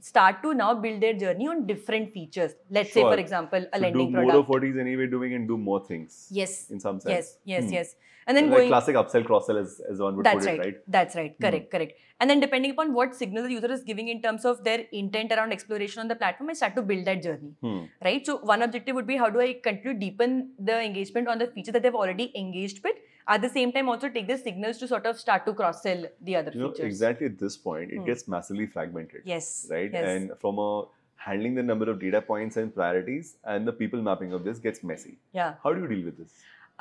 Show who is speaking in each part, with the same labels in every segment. Speaker 1: start to now build their journey on different features. Let's say, for
Speaker 2: Sure.
Speaker 1: example, a
Speaker 2: So do
Speaker 1: lending
Speaker 2: more
Speaker 1: product.
Speaker 2: of what he's anyway doing and do more things.
Speaker 1: yes,
Speaker 2: In some sense.
Speaker 1: yes, yes,
Speaker 2: Hmm.
Speaker 1: yes. And then
Speaker 2: like Hmm.
Speaker 1: going.
Speaker 2: classic upsell cross sell as, as one would
Speaker 1: That's
Speaker 2: put
Speaker 1: right.
Speaker 2: it, right?
Speaker 1: That's right. Correct. Correct. And then depending upon what signal the user is giving in terms of their intent around exploration on the platform, I start to build that journey.
Speaker 2: Hmm.
Speaker 1: Right. So one objective would be how do I continue to deepen the engagement on the feature that they've already engaged with. At the same time, also take the signals to sort of start to cross sell the other
Speaker 2: You know,
Speaker 1: features.
Speaker 2: exactly at this point, it
Speaker 1: Hmm.
Speaker 2: gets massively fragmented.
Speaker 1: Yes.
Speaker 2: Right?
Speaker 1: Yes.
Speaker 2: And from a handling the number of data points and priorities and the people mapping of this gets messy.
Speaker 1: Yeah.
Speaker 2: How do you deal with this?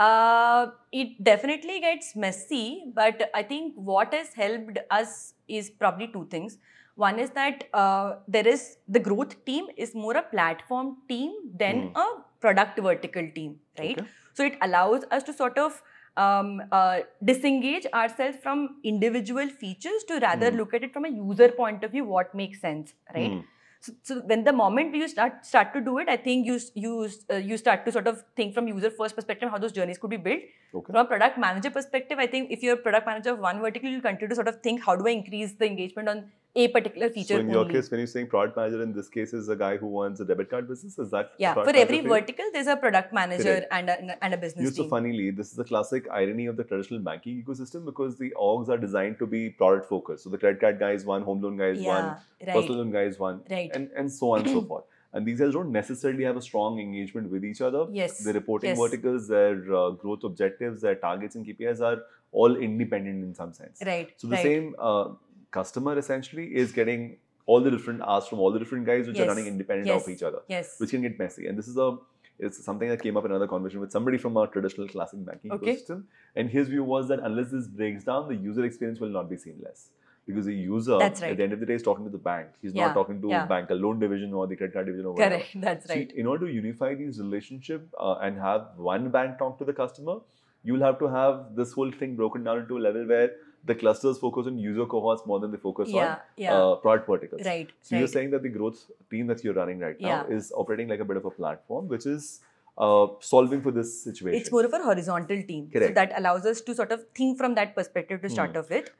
Speaker 1: Uh, it definitely gets messy, but I think what has helped us is probably two things. One is that uh, there is the growth team is more a platform team than
Speaker 2: Hmm.
Speaker 1: a product vertical team, right?
Speaker 2: Okay.
Speaker 1: So it allows us to sort of um, uh, disengage ourselves from individual features to rather
Speaker 2: Hmm.
Speaker 1: look at it from a user point of view, what makes sense, right?
Speaker 2: Hmm.
Speaker 1: So, so when the moment you start start to do it, I think you s- you s- uh, you start to sort of think from user first perspective how those journeys could be built.
Speaker 2: Okay.
Speaker 1: From a product manager perspective, I think if you're a product manager of one vertical, you'll continue to sort of think how do I increase the engagement on a particular feature
Speaker 2: So in
Speaker 1: only.
Speaker 2: your case, when you're saying product manager, in this case is a guy who wants a debit card business, is that
Speaker 1: yeah,
Speaker 2: product
Speaker 1: for
Speaker 2: manager
Speaker 1: every
Speaker 2: you?
Speaker 1: vertical, there's a product manager
Speaker 2: Correct.
Speaker 1: and a, and a business
Speaker 2: Used so
Speaker 1: team.
Speaker 2: funnily, this is the classic irony of the traditional banking ecosystem because the orgs are designed to be product focused. So the credit card guy is one, home loan guy is one,
Speaker 1: yeah, right,
Speaker 2: personal loan guy is one,
Speaker 1: right.
Speaker 2: and, and so on and so forth. And these guys don't necessarily have a strong engagement with each other.
Speaker 1: yes,
Speaker 2: The reporting
Speaker 1: Yes.
Speaker 2: verticals, their uh, growth objectives, their targets and KPIs are all independent in some sense.
Speaker 1: right,
Speaker 2: So the
Speaker 1: right.
Speaker 2: same uh, customer essentially is getting all the different asks from all the different guys which are
Speaker 1: Yes.
Speaker 2: running independent
Speaker 1: Yes.
Speaker 2: of each other,
Speaker 1: Yes.
Speaker 2: which can get messy. And this is a it's something that came up in another conversation with somebody from our traditional classic banking
Speaker 1: Okay.
Speaker 2: ecosystem. And his view was that unless this breaks down, the user experience will not be seamless. Because the user
Speaker 1: That's right.
Speaker 2: at the end of the day is talking to the bank. He's
Speaker 1: Yeah,
Speaker 2: not talking to
Speaker 1: yeah.
Speaker 2: bank, a loan division or the credit card division or whatever.
Speaker 1: Correct. That's
Speaker 2: So
Speaker 1: right.
Speaker 2: in order to unify these relationship uh, and have one bank talk to the customer, you'll have to have this whole thing broken down into a level where the clusters focus on user cohorts more than they focus
Speaker 1: yeah.
Speaker 2: on
Speaker 1: Yeah.
Speaker 2: uh, product verticals.
Speaker 1: right.
Speaker 2: So you're
Speaker 1: right.
Speaker 2: saying that the growth team that you're running right now
Speaker 1: Yeah.
Speaker 2: is operating like a bit of a platform, which is uh, solving for this situation.
Speaker 1: It's more of a horizontal team. So
Speaker 2: Correct.
Speaker 1: that allows us to sort of think from that perspective to start
Speaker 2: Hmm.
Speaker 1: off with.